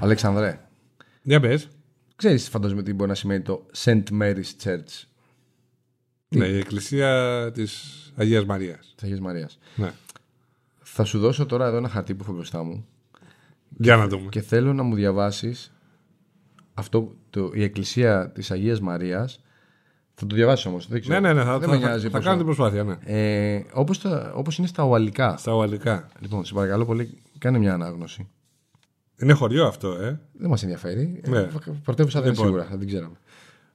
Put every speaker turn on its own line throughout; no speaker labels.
Αλεξανδρέ,
Για πες.
ξέρεις φαντάζομαι τι μπορεί να σημαίνει το St. Mary's Church
Ναι, η εκκλησία της Αγίας Μαρίας.
της Αγίας Μαρίας.
Ναι.
Θα σου δώσω τώρα εδώ ένα χαρτί που έχω μπροστά μου
Για να δούμε.
και θέλω να μου διαβάσεις αυτό, το, η εκκλησία της Αγίας Μαρίας. Θα το διαβάσεις όμως, δεν ξέρω.
Ναι, ναι, ναι. Θα,
δεν
θα,
με
θα,
νοιάζει
θα
πόσο.
κάνω την προσπάθεια, ναι.
Ε, όπως, τα, όπως είναι στα Ουαλικά.
Στα Ουαλικά.
Λοιπόν, σε παρακαλώ πολύ, κάνε μια ανάγνωση.
Είναι χωριό αυτό, ε.
Δεν μας ενδιαφέρει.
Ναι.
Ναι. Πρωτεύουσα δεν είναι
Λοιπόν.
σίγουρα, δεν την ξέραμε.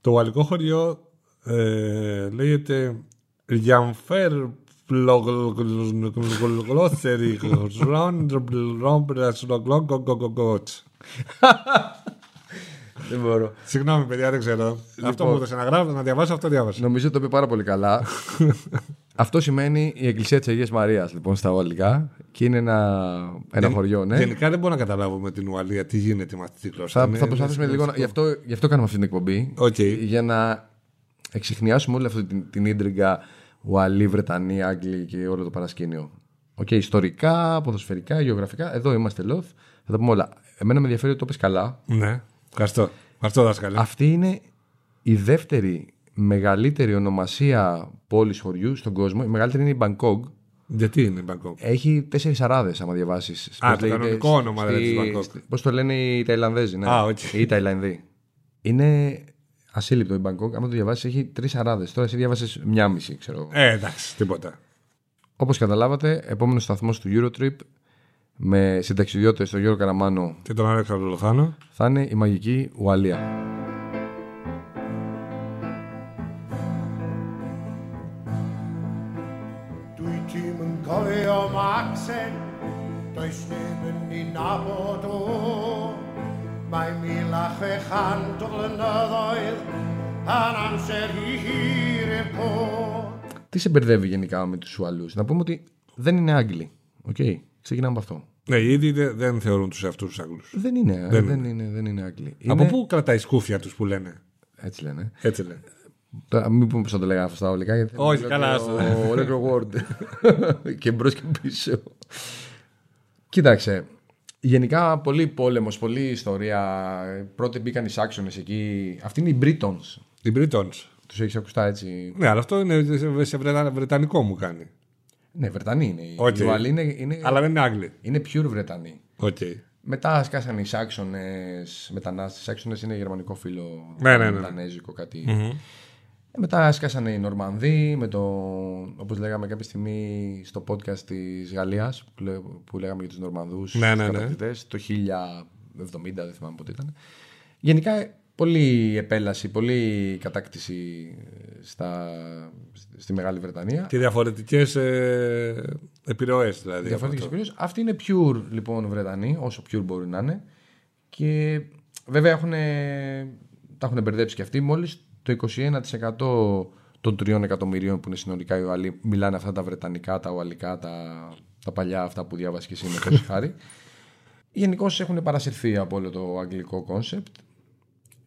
Το Ουαλικό χωριό ε, λέγεται Γιανφέρπλογλωσσερι Ρόντρμπλόμπρασλογκλόγκογκογκοτ.
Δεν μπορώ. Λοιπόν.
Συγγνώμη, παιδιά, δεν ξέρω. Αυτό μου το ξαναγράφω, να διαβάσω, αυτό διάβασα.
Νομίζω το είπε πάρα πολύ καλά. Αυτό σημαίνει η Εκκλησία της Αγίας Μαρίας, λοιπόν, στα Ουαλικά. Και είναι ένα, ένα χωριό, ναι.
Γενικά δεν μπορώ να καταλάβω με την Ουαλία τι γίνεται με αυτή τη γλώσσα.
θα,
Είναι-
θα προσπαθήσουμε
είναι
λίγο. να- Γι, αυτό, γι' αυτό κάνουμε αυτή την εκπομπή.
Οκ.
Για να εξηχνιάσουμε όλη αυτή την, την ίντριγκα Ουαλή, Βρετανοί, Άγγλοι και όλο το παρασκήνιο. Οκ, ιστορικά, ποδοσφαιρικά, γεωγραφικά. Εδώ είμαστε λόθ. Θα τα πούμε όλα. Εμένα με ενδιαφέρει ότι το είπε καλά.
Ναι. Ευχαριστώ. Ευχαριστώ, δάσκαλε.
Αυτή είναι η δεύτερη μεγαλύτερη ονομασία πόλης χωριού στον κόσμο. Η μεγαλύτερη είναι η Μπαγκόγκ.
Γιατί είναι η Μπαγκόκ.
Έχει τέσσερις αράδες, άμα διαβάσεις.
Α, το κανονικό όνομα, δηλαδή, της Μπαγκόγκ.
Πώς το λένε οι Ταϊλανδέζοι, ναι.
Α, οκ.
Ή οι Ταϊλανδοί. Είναι ασύλληπτο η Μπαγκόγκ. Άμα το διαβάσεις, έχει τρεις αράδες. Τώρα εσύ διάβασες μία μισή, ξέρω εγώ.
Ε, εντάξει, τίποτα.
Όπως καταλάβατε, επόμενος σταθμός του Eurotrip με συνταξιδιώτες τον Γιώργο Καραμάνο
Και τον Αλέξανδρο Λοθάνο.
θα είναι η μαγική Ουαλία.
Durch Timen Kollier Maxen, durch Neben die Nabodo. Bei mir lache Handeln Reul, an Amser hier im Po.
Τι σε μπερδεύει γενικά με τους Ουαλούς. Να πούμε ότι δεν είναι Άγγλοι. Οκ. Ξεκινάμε από αυτό.
Ναι, οι ίδιοι δε- δεν θεωρούν τους εαυτούς τους Άγγλους.
Δεν είναι, δεν, είναι, δεν είναι Άγγλοι. Είναι,
Από πού κρατάει σκούφια τους που λένε.
Έτσι λένε.
Έτσι λένε.
Τώρα, μην πούμε πώς θα το λέγαμε αυτό στα ολικά. Γιατί θα
Όχι,
είναι
καλά,
ολόκληρο- Ολόκληρο word. και μπρος και πίσω. Κοίταξε. Γενικά, πολύ πόλεμος, πολλή ιστορία. Πρώτοι μπήκαν οι Σάξονες εκεί. Αυτοί είναι οι Britons.
Την Britons.
Τους έχεις ακουστά έτσι.
Ναι, αλλά αυτό είναι σε- σε βρετα- βρετανικό μου κάνει.
Ναι, Βρετανοί είναι. Οι
Οκ.
Ουαλοί είναι, είναι,
Αλλά δεν είναι Άγγλοι.
είναι pure Βρετανοί.
Οκ.
Μετά σκάσαν οι Σάξονες μετανάστες. Οι Σάξονες είναι γερμανικό φίλο.
Ναι, ναι, ναι.
Δανέζικο κάτι. Ε, Μετά σκάσανε οι Νορμανδοί με το. Όπως λέγαμε κάποια στιγμή στο podcast της Γαλλίας που, λέ- που λέγαμε για τους Νορμανδούς.
Ναι, ναι, ναι.
Το 1070, δεν θυμάμαι πότε ήταν. Γενικά ε, πολλή επέλαση, πολλή κατάκτηση ε, στα, στη Μεγάλη Βρετανία.
Και διαφορετικές ε, επιρροές δηλαδή.
Διαφορετικέ υπηρεσίε. Αυτή είναι pure λοιπόν Βρετανοί, όσο pure μπορεί να είναι. Και βέβαια έχουν, τα έχουν μπερδέψει και αυτοί. Μόλις το 21% των 3 εκατομμυρίων που είναι συνολικά οι Ουαλοί μιλάνε αυτά τα Βρετανικά, τα Ουαλικά, τα, τα παλιά αυτά που διάβασες και εσύ με τόση χάρη. Γενικώ έχουν παρασυρθεί από όλο το αγγλικό κόνσεπτ.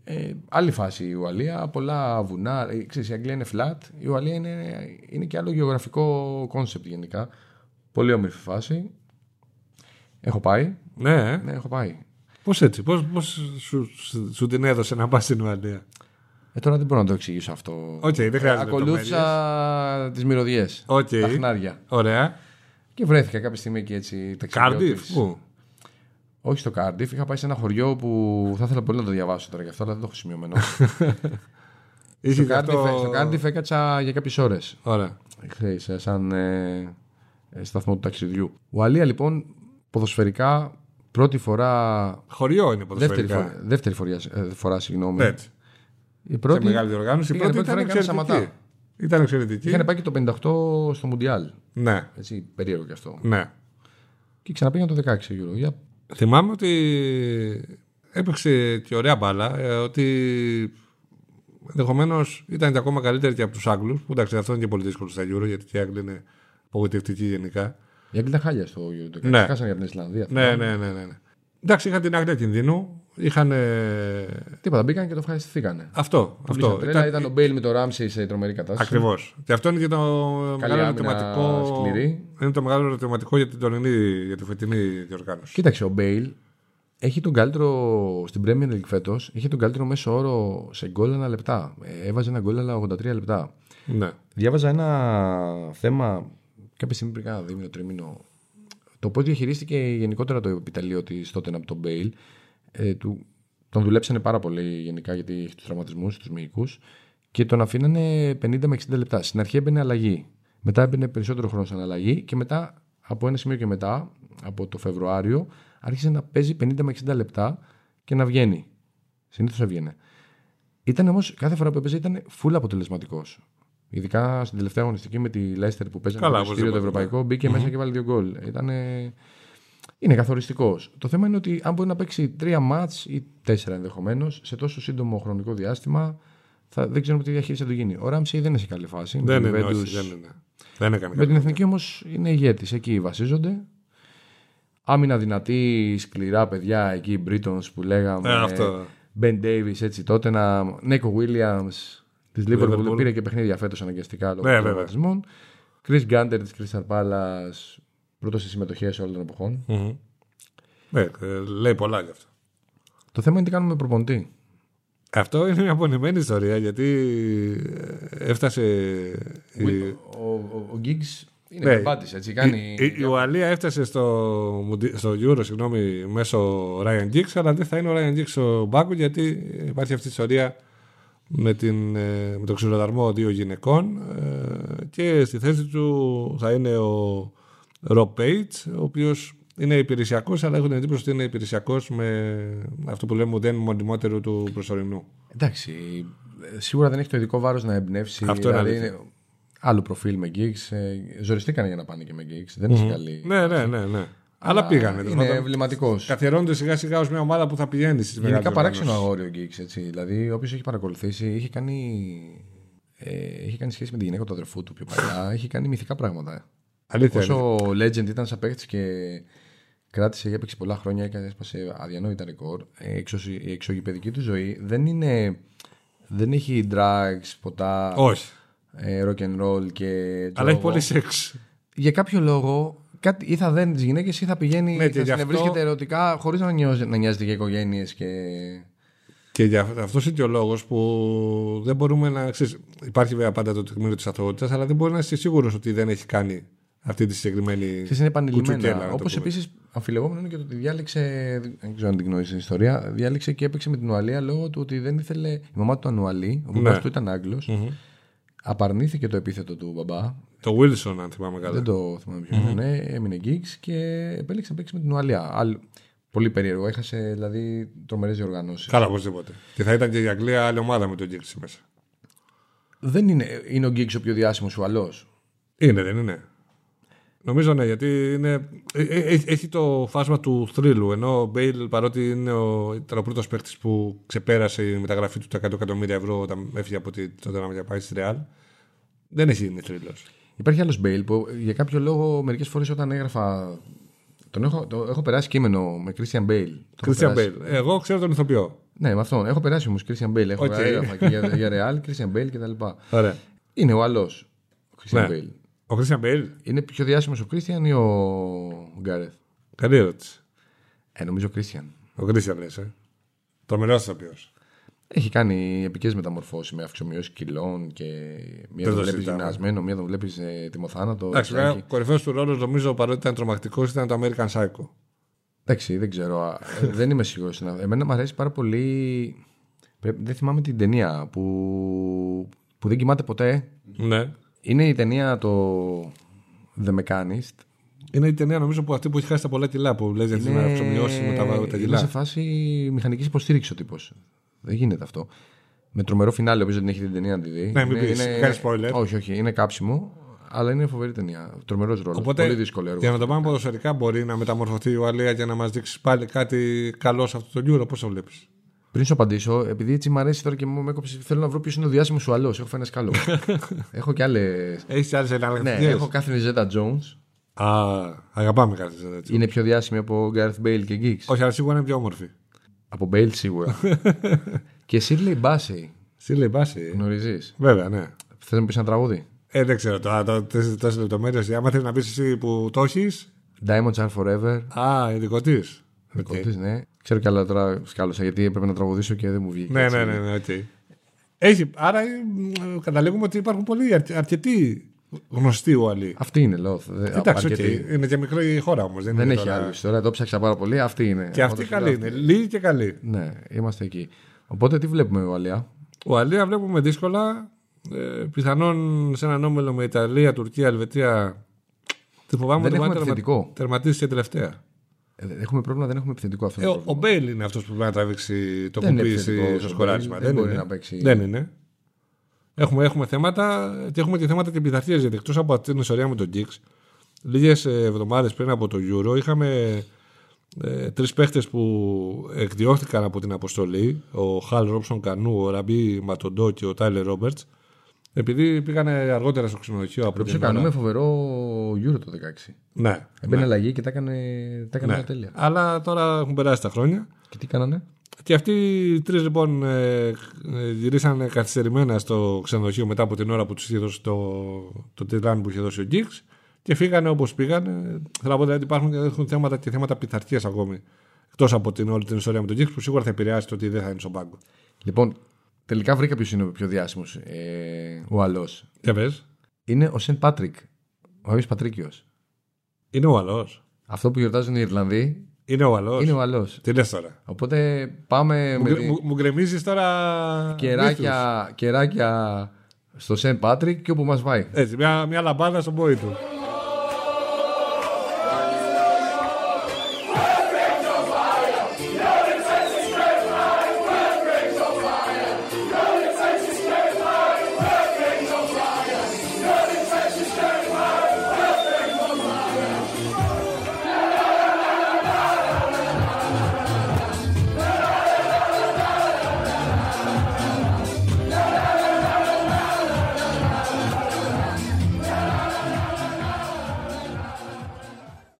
Ε, άλλη φάση η Ουαλία, πολλά βουνά. Ε, ξέρεις, η Αγγλία είναι flat, η Ουαλία είναι, είναι και άλλο γεωγραφικό κόνσεπτ γενικά. Πολύ όμορφη φάση. Έχω πάει.
Ναι, ε.
Ναι, έχω πάει.
Πώς έτσι, πώς πώς σου, σου, σου την έδωσε να πας στην Ουαλία.
Ε, τώρα δεν μπορώ να το εξηγήσω αυτό.
Οκ, δεν χρειάζεται.
Ακολούθησα τις μυρωδιές.
Οκ.
Τα χνάρια.
Ωραία.
Και βρέθηκα κάποια στιγμή και έτσι
Κάρντιφ,
ταξιδιώτης.
πού.
Όχι στο Κάρντιφ. Είχα πάει σε ένα χωριό που θα ήθελα πολύ να το διαβάσω τώρα γι' αυτό, αλλά δεν το έχω σημειωμένο.
Είχε
στο,
και αυτό-
Κάρντιφ, στο Κάρντιφ έκατσα για κάποιες ώρες.
Ωραία.
Ξέρεις, ε, σαν ε, ε, σταθμό του ταξιδιού. Ουαλία λοιπόν ποδοσφαιρικά πρώτη φορά.
Χωριό είναι
Δεύτερη
ποδοσφαιρικά.
φορά, δεύτερη φοριά, ε, φορά, συγγνώμη.
Ναι, έτσι.
Η
Σε
πρώτη
μεγάλη διοργάνωση. Η
πήγανε
πρώτη ήταν
πρώτη φορά και κάνανε
εξαιρετική. Ήταν εξαιρετική.
είχαν πάει και το 58 στο Μουντιάλ.
Ναι,
Έτσι, περίεργο κι αυτό.
ναι.
Και ξαναπήγαν το 16 γύρω. Για...
Θυμάμαι ότι έπαιξε και ωραία μπάλα. ε, Ότι ενδεχομένως ήταν και ακόμα καλύτερη και από τους Άγγλους. Που εντάξει, αυτό είναι και πολύ δύσκολο στα Euro γιατί και οι Άγγλοι είναι απογοητευτικοί γενικά.
Οι Άγγλοι τα χάλια στο γύρο του 16.
Ναι.
Χάσανε για την Ισλανδία.
Ναι, ναι, ναι. ναι, ναι. Εντάξει, είχαν την Άγγλια κινδύνου. Είχαν. ε,
Τίποτα, μπήκαν και το ευχαριστηθήκανε.
Αυτό. αυτό.
Αυτό. Τρέλα, ήταν ο Μπέιλ με το Ράμσεϊ σε τρομερή κατάσταση.
Ακριβώς. Και αυτό είναι και το μεγάλο
άμυνα,
ερωτηματικό.
σκληρή.
Είναι το μεγάλο ερωτηματικό για την τωρινή, για τη φετινή διοργάνωση.
Κοίταξε, ο Μπέιλ έχει τον καλύτερο στην Premier League φέτος. Έχει τον καλύτερο μέσο όρο σε γκολ ένα λεπτά. Ε, Έβαζε ένα γκολ αλλά 83 λεπτά.
Ναι.
Διάβαζα ένα θέμα κάποια στιγμή πριν κάνα δίμηνο, τρίμηνο. Το πώς διαχειρίστηκε γενικότερα το επιτελείο της τότε από τον Μπέιλ. Ε, του, τον δουλέψανε πάρα πολύ γενικά γιατί είχε τους τραυματισμούς, τους μυϊκούς και τον αφήνανε 50 με 60 λεπτά. Στην αρχή έμπαινε αλλαγή. Μετά έμπαινε περισσότερο χρόνος σαν αλλαγή και μετά από ένα σημείο και μετά, από το Φεβρουάριο, άρχισε να παίζει 50 με 60 λεπτά και να βγαίνει. Συνήθως έβγαινε. Ήταν όμως κάθε φορά που έπαιζε ήταν full αποτελεσματικός. Ειδικά στην τελευταία αγωνιστική με τη Λέστερ που παίζανε
Καλά,
το εισιτήριο το
οπωσδήποτε, ναι.
ευρωπαϊκό, μπήκε μέσα και βάλει δύο γκολ. Ήτανε... Είναι καθοριστικός. Το θέμα είναι ότι αν μπορεί να παίξει τρία μάτ ή τέσσερα ενδεχομένως σε τόσο σύντομο χρονικό διάστημα, θα, δεν ξέρουμε τι διαχείριση θα του γίνει. Ο Ράμψη δεν είναι σε καλή φάση. Με
Δεν
την
είναι,
Juventus-
όχι, δεν είναι. Δεν έκανε
με την
κάτι.
εθνική όμως είναι ηγέτης. Εκεί βασίζονται. Άμυνα δυνατή, σκληρά παιδιά εκεί, Μπρίτον που λέγαμε.
Ε, αυτό.
Μπεν Ντέιβι, έτσι τότε να. Νέκο Βίλιαμ της Λίβερπουλ που
Liverpool.
πήρε και παιχνίδια φέτος αναγκαστικά λόγω των
Ναι, βέβαια.
τραυματισμών. Κρι Γκάντερ τη Κρίσταλ Πάλα, πρώτος σε συμμετοχές όλων των εποχών.
Μμμ. Ναι, ε, λέει πολλά γι' αυτό.
Το θέμα είναι τι κάνουμε με προπονητή.
Αυτό είναι μια πονημένη ιστορία γιατί ε, έφτασε. η-
Ο, ο, ο Γκίγκς είναι
Ναι.
κρεβάτης, έτσι. Κάνει...
Η, η, η Ουαλία έφτασε στο, μουντι- στο Euro συγγνώμη, μέσω Ryan Giggs, αλλά δεν θα είναι ο Ryan Giggs ο Μπάκου γιατί υπάρχει αυτή η ιστορία με, την, ε, με τον ξυλοδαρμό δύο γυναικών ε, και στη θέση του θα είναι ο Rob Page, ο οποίος είναι υπηρεσιακός αλλά έχουν την εντύπωση ότι είναι υπηρεσιακός με αυτό που λέμε δεν μονιμότερο του προσωρινού.
Εντάξει, ε, σίγουρα δεν έχει το ειδικό βάρος να εμπνεύσει. δηλαδή
Αυτό είναι αλήθεια.
άλλο προφίλ με gigs. Ε, ζοριστήκανε για να πάνε και με gigs. Δεν είναι καλή.
Ναι, ναι, ναι. ναι. Αλλά πήγανε.
Είναι
Είναι...
εμβληματικός.
Καθιερώνονται σιγά σιγά ως μια ομάδα που θα πηγαίνει στις μεγάλε.
Γενικά παράξενο αγόρι ο Γκίξ, έτσι. Δηλαδή, όποιος έχει παρακολουθήσει, είχε κάνει, ε, είχε κάνει σχέση με τη γυναίκα του αδερφού του πιο παλιά. είχε κάνει μυθικά πράγματα.
Αλήθεια. είναι.
Όσο legend ήταν σαν παίχτη και κράτησε και έπαιξε πολλά χρόνια και έσπασε αδιανόητα ρεκόρ. ε, εξωση- Η εξωγηπαιδική του ζωή δεν είναι. Δεν έχει drugs, ποτά,
Όχι.
ε, rock and roll και.
Αλλά
τζόγο.
έχει πολύ σεξ.
Για κάποιο λόγο, κάτι, ή θα δένει τις γυναίκες ή θα πηγαίνει.
Ναι, και
θα
γι' αυτό-
συνευρίσκεται ερωτικά χωρίς να, νοιάζει- να νοιάζεται για οικογένειες και.
Και για αυτός είναι και ο λόγος που δεν μπορούμε να. Ξέρεις, υπάρχει βέβαια πάντα το τεκμήριο της αθωότητας, αλλά δεν μπορεί να είσαι σίγουρος ότι δεν έχει κάνει αυτή τη συγκεκριμένη.
Ξέρεις, είναι
κουτσουκέλα, να
επανειλημμένα.
το
Όπως
πούμε.
επίσης αμφιλεγόμενο είναι και το ότι διάλεξε. Δεν ξέρω αν την γνωρίζει την ιστορία. Διάλεξε και έπαιξε με την Ουαλία λόγω του ότι δεν ήθελε. Η μαμά του ήταν Ουαλή, ο παπάς
Ναι.
του ήταν Άγγλος. Απαρνήθηκε το επίθετο του μπαμπά.
Το Wilson, αν θυμάμαι καλά.
Δεν το θυμάμαι ποιος ήταν. ε, Έμεινε γκίξ και επέλεξε να παίξει με την Ουαλία. Άλλο- Πολύ περίεργο. Έχασε δηλαδή τρομερές διοργανώσεις.
Καλά, οπωσδήποτε. Και θα ήταν και η Αγγλία άλλη ομάδα με τον Γκίξ μέσα.
Δεν είναι, είναι ο γκίξ ο πιο διάσημος Ουαλό.
Είναι, δεν είναι. Νομίζω ναι, γιατί είναι, ε, ε, έχει- έχει το φάσμα του θρύλου. Ενώ ο Μπέιλ, παρότι είναι ο, ήταν ο πρώτος παίκτης που ξεπέρασε η μεταγραφή του τα 100 εκατομμύρια ευρώ όταν έφυγε από τη Τότεναμ για να πάει στη Ρεάλ, δεν έχει γίνει θρύλος.
Υπάρχει άλλος Μπέιλ που για κάποιο λόγο μερικές φορές όταν έγραφα. Τον έχω, το, έχω περάσει κείμενο με Christian Bale. Το έχω
Κρίστιαν
περάσει.
Μπέιλ. Εγώ ξέρω τον ηθοποιό.
Ναι, με αυτόν. Έχω περάσει όμως Christian Bale. Έχω
Οκ.
έγραφα και για, για Real, Christian Bale κτλ.
Ωραία.
Είναι ο άλλος. Ο Christian
Ναι.
Bale.
Ο Κρίστιαν Μπέιλ,
Είναι πιο διάσημος ο Christian ή ο Γκάρεθ.
καλή ερώτηση.
Ε, νομίζω ο Christian.
Ο Κρίστιαν λες. Ε. Τρομερός ηθοποιός.
Έχει κάνει επικές μεταμορφώσεις με αυξομοιώσεις κιλών και μία
Δεν
τον
το
βλέπεις
συζητάμε.
γυμνασμένο, μία τον βλέπεις ε, τιμοθάνατο.
Εντάξει,
ψυχάκι.
βέβαια, ο κορυφαίος του ρόλος νομίζω παρότι ήταν τρομακτικός ήταν το American Psycho.
Εντάξει, δεν ξέρω. α, ε, δεν είμαι σίγουρος. Εμένα μου αρέσει πάρα πολύ. Πρέπει- Δεν θυμάμαι την ταινία που, που δεν κοιμάται ποτέ.
Ναι.
Είναι η ταινία το The Mechanist.
Είναι η ταινία νομίζω που αυτή που έχει χάσει τα πολλά κιλά που λέει γιατί να ψωμιώσει με τα, με τα
Είναι Ε, σε
κιλά.
φάση μηχανικής υποστήριξης ο τύπος. Δεν γίνεται αυτό. Με τρομερό φινάλε, όποιο δεν έχει την ταινία να τη δει.
Ναι, μην πεις, κάνε spoiler.
Όχι, όχι, είναι κάψιμο. Αλλά είναι φοβερή ταινία. Τρομερός ρόλος.
Οπότε
Πολύ δύσκολο έργο.
για να το πάμε ποδοσφαιρικά μπορεί να μεταμορφωθεί η Ουαλία και να μας δείξει πάλι κάτι καλό σε αυτό το Euro. Πώς το βλέπεις.
Πριν σου απαντήσω, επειδή έτσι μου αρέσει τώρα και μου έκοψε, θέλω να βρω ποιος είναι ο διάσημος σου άλλος. Έχω φέρει ένα σκάλο. έχω και άλλες.
Έχεις άλλε
ναι,
εναλλακτικέ.
έχω Κάθριν Ζέτα Τζόουν.
Α, αγαπάμε κάτι σαν τέτοιο.
Είναι πιο διάσημη από Γκάρθ Μπέιλ και Γκίξ.
Όχι, αλλά σίγουρα είναι πιο όμορφη.
Από Μπέιλ σίγουρα. και Σίρλι Μπάση.
Στη λέει μπάση.
Γνωρίζεις.
Βέβαια, ναι.
Θες να μου πεις ένα τραγούδι.
Ε, δεν ξέρω τώρα, το- τόσες τόσες λεπτομέρειες. Άμα θέλεις να πεις εσύ που το έχεις.
Diamonds are forever.
Α, ειδικό τη.
Ρεκόρτης, ναι. Ξέρω και άλλα τώρα σκάλωσα γιατί έπρεπε να τραγουδήσω και δεν μου βγήκε.
Ναι,
έτσι.
ναι, ναι, ναι, οκ. Έχει, άρα ε, ε, καταλήγουμε ότι υπάρχουν πολλοί αρκε- αρκετοί γνωστοί Ουαλοί.
Αυτή είναι λόθ. Δε-
Ε, Εντάξει, οκ.
αρκετή.
είναι και μικρή η χώρα όμως. Δεν,
Δεν
είναι
έχει
τώρα-
άλλη ιστορία. Το ψάξα πάρα πολύ. Αυτή είναι.
Και
Οπότε
αυτή
σου λέω,
καλή είναι. Λίγοι και καλή.
Ναι, είμαστε εκεί. Οπότε τι βλέπουμε, Ουαλία.
Ουαλία βλέπουμε δύσκολα. Ε, πιθανόν σε έναν όμιλο με Ιταλία, Τουρκία, Ελβετία. Τη φοβάμαι
Δεν
ότι
έχουμε
μπορεί να
επιθετικό.
τερμα- τερματίσει και τελευταία.
Ε, Έχουμε πρόβλημα, δεν έχουμε επιθετικό αυτό.
Ε,
το
ο, ο
πρόβλημα.
Μπέιλ είναι αυτός που πρέπει να τραβήξει το
Δεν είναι
κουμπί
επιθετικός
στη-
ο
στο
Μπέιλ,
σκοράρισμα.
δεν μπορεί
είναι.
να παίξει.
Δεν είναι. Έχουμε, έχουμε θέματα και έχουμε και θέματα και πειθαρχία. Γιατί εκτός από την ιστορία με τον Κίξ, λίγες εβδομάδες πριν από το Euro, είχαμε ε, τρεις παίχτες που εκδιώχθηκαν από την αποστολή. Ο Χαλ Ρόμψον Κανού, ο Ραμπί Ματοντό και ο Τάιλερ Ρόμπερτ. Επειδή πήγανε αργότερα στο ξενοδοχείο από
Ξέρω,
την
κάνουμε
ώρα.
φοβερό Euro το 16.
Ναι,
Έμπαινε αλλαγή και τα έκανε, τα έκανε
ναι.
τέλεια.
Αλλά τώρα έχουν περάσει τα χρόνια.
Και τι κάνανε.
Και αυτοί οι τρεις λοιπόν ε, ε, γυρίσαν καθυστερημένα στο ξενοδοχείο μετά από την ώρα που τους είχε δώσει το, το τετράν που είχε δώσει ο Γκίξ και φύγανε όπως πήγαν. Ε, Θέλω να πω δηλαδή ότι υπάρχουν έχουν θέματα και θέματα πειθαρχίας ακόμη. Εκτός από την όλη την ιστορία με τον Γκίξ που σίγουρα θα επηρεάσει το ότι δεν θα είναι στον πάγκο.
Λοιπόν, τελικά βρήκα ποιος είναι ο πιο διάσημος ε, Ουαλό.
Για πες. είναι
Είναι ο Σεν Πάτρικ. Ο Άγιος Πατρίκιος.
Είναι Ουαλό.
Αυτό που γιορτάζουν οι Ιρλανδοί
Είναι Ουαλό.
είναι Ουαλό.
Τι λες τώρα.
Οπότε πάμε
Μου,
με
γκρε-
τη-
μου, μου γκρεμίζεις τώρα. μύθους.
κεράκια, κεράκια στο Σεν Πάτρικ και όπου μας πάει.
Έτσι, μια, μια λαμπάδα στον πόη του.